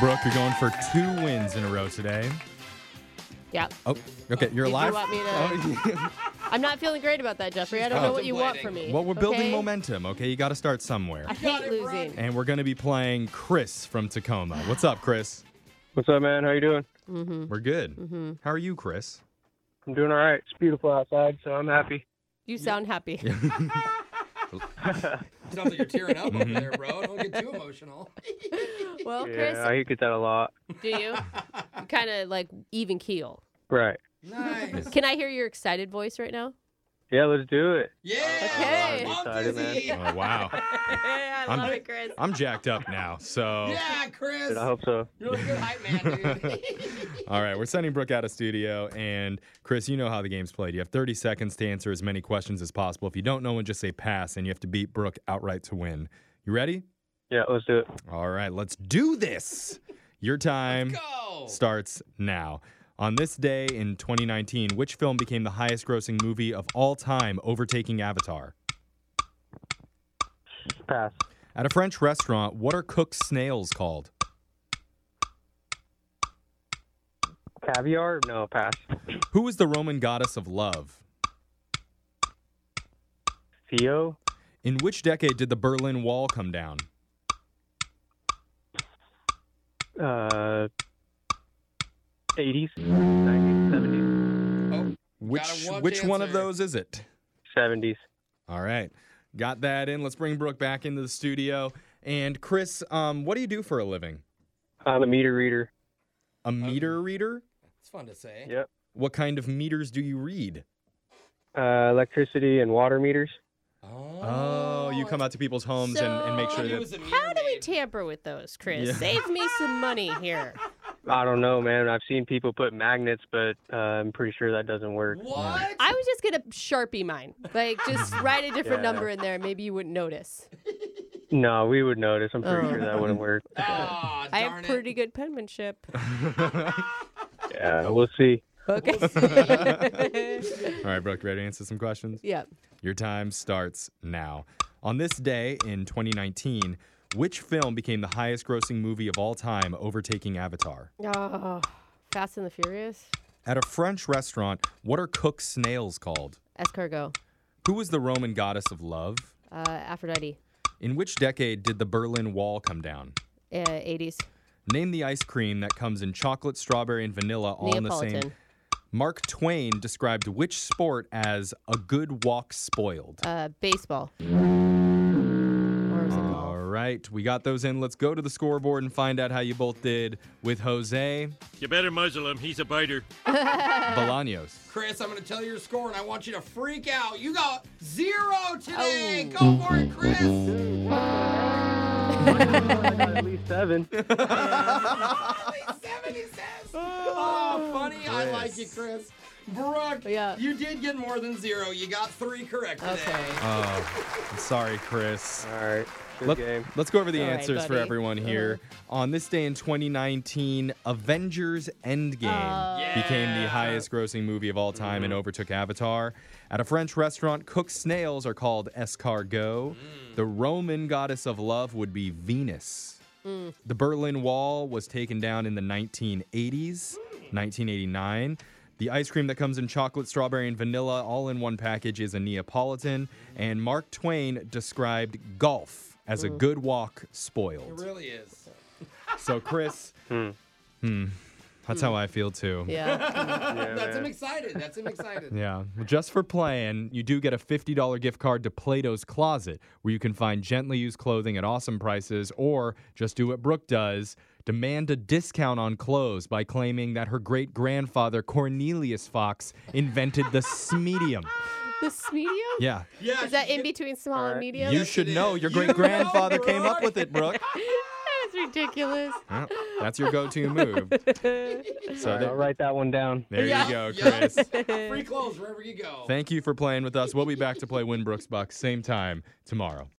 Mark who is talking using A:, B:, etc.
A: Brooke, you're going for two wins in a row today.
B: Yep.
A: Oh, okay. You're
B: You do
A: alive.
B: want me to-
A: Oh, yeah.
B: I'm not feeling great about that, Jeffrey. I don't know what you want from me.
A: well, we're building
B: okay?
A: momentum, okay? You got to start somewhere.
B: I hate losing.
A: And we're going to be playing Chris from Tacoma. What's up, Chris?
C: What's up, man? How you doing?
B: Mm-hmm.
A: We're good. How are you, Chris?
C: I'm doing all right. It's beautiful outside, so I'm happy.
B: You sound happy.
A: Oh,
D: Sounds like you're tearing up over
A: Mm-hmm.
D: there, bro. Don't get too emotional.
B: well, Chris,
C: I get that a lot.
B: do you? kind of like even keel.
C: Right.
D: Nice.
B: Can I hear your excited voice right now?
C: Yeah, let's do it.
D: Yeah.
B: Okay.
D: I'm
C: Excited,
D: dizzy.
A: Oh, wow.
B: I
A: I'm- love it,
B: Chris.
A: I'm jacked up now. So,
D: Yeah, Chris.
C: I hope so.
D: You're a good hype man, dude.
A: all right, we're sending Brooke out of studio. And, Chris, you know how the game's played. You have 30 seconds to answer as many questions as possible. If you don't know one, just say pass, and you have to beat Brooke outright to win. You ready?
C: Yeah, let's do it.
A: All right, let's do this. Your time
D: Go.
A: starts now. On this day in 2019, which film became the highest grossing movie of all time, overtaking Avatar?
C: Pass.
A: At a French restaurant, what are cooked snails called?
C: Caviar? No, pass.
A: Who is the Roman goddess of love?
C: Theo?
A: In which decade did the Berlin Wall come down?
C: Uh, 80s? 90s?
D: Oh,
A: Which
D: one
A: which one of
D: answer.
A: those is it?
C: 70s? 70s.
A: All right. Got that in. Let's bring Brooke back into the studio. And Chris, um, what do you do for a living?
C: I'm a meter reader.
A: A meter reader?
D: It's fun to say.
C: Yep.
A: What kind of meters do you read?
C: Uh, electricity and water meters?
A: Oh, you come out to people's homes and, and make
B: So-
A: sure
D: Oh, He
A: that
D: was a mere
B: How do we
D: maid.
B: tamper with those, Chris?
A: Yeah.
B: Save me some money here.
C: I don't know, man. I've seen people put magnets, but uh, I'm pretty sure that doesn't work.
D: What?
B: I was just gonna sharpie mine, like just write a different
C: Yeah.
B: number in there. Maybe you wouldn't notice.
C: No, we would notice. I'm pretty
B: Oh.
C: sure that wouldn't work.
D: Ah,
B: I
D: darn
B: have
D: it.
B: pretty good penmanship.
C: Yeah, we'll see.
B: Okay.
A: All right, Brooke, ready to answer some questions?
B: yeah.
A: Your time starts now. On this day in 2019, which film became the highest grossing movie of all time, overtaking Avatar?
B: Oh, Fast and the Furious.
A: At a French restaurant, what are cooked snails called?
B: Escargot.
A: Who was the Roman goddess of love?
B: Uh, Aphrodite.
A: In which decade did the Berlin Wall come down?
B: Uh, 80s.
A: Name the ice cream that comes in chocolate, strawberry, and vanilla all in the
B: Neapolitan.
A: same. Mark Twain described which sport as a good walk spoiled?
B: Uh, baseball. Or is it
A: All
B: golf?
A: right, we got those in. Let's go to the scoreboard and find out how you both did with Jose
E: You better muzzle him. He's a biter.
A: Bolaños.
D: Chris, I'm going to tell you your score, and I want you to freak out. You got zero today.
B: Oh.
D: Go for it, Chris.
C: I got at least seven.
D: Seventy cents. Oh, funny. I like you, Chris. Brooke,
B: Ah. Yeah.
D: you did get more than zero. You got three correct today.
B: Okay.
A: Oh, I'm sorry, Chris.
C: All right. Good
A: Let,
C: game.
A: us go over the
B: All right,
A: answers for
B: buddy.
A: everyone here. On this day in 2019, Avengers Endgame
B: Oh. Mm-hmm.
A: became the
D: Yeah.
A: highest grossing movie of all time and overtook Avatar. At a French restaurant, cooked snails are called escargot.
B: Mm.
A: The Roman goddess of love would be Venus. The Berlin Wall was taken down in the 1980s, 1989. The ice cream that comes in chocolate, strawberry, and vanilla all in one package is a Neapolitan. And Mark Twain described golf as a good walk
D: Mm. It
A: spoiled.
D: really is.
A: So, Chris, hmm. that's how I feel too.
B: Yeah.
C: Yeah,
D: That's
C: man.
D: him excited. That's him excited.
A: Yeah. Well, Just for playing, you do get a $50 gift card to Plato's Closet, where you can find gently used clothing at awesome prices, or just do what Brooke does demand a discount on clothes by claiming that her great grandfather, Cornelius Fox, invented the smedium.
B: the medium?
A: Yeah.
D: Yeah,
B: Is that
D: she-
B: in between small and
C: Alright.
B: medium?
A: you
D: yes,
A: should
D: it
A: know.
D: is.
A: Your
D: You
A: great grandfather
D: know,
A: came up
D: Brooke.
A: with it, Brooke.
B: that is ridiculous.
A: Yeah, that's your go to move. So
C: All right, I'll
A: there,
C: write that one down.
A: there
D: Yeah.
A: you go,
D: Yeah.
A: Chris.
D: Free clothes wherever you go.
A: Thank you for playing with us. We'll be back to play Win Brooks Bucks same time tomorrow.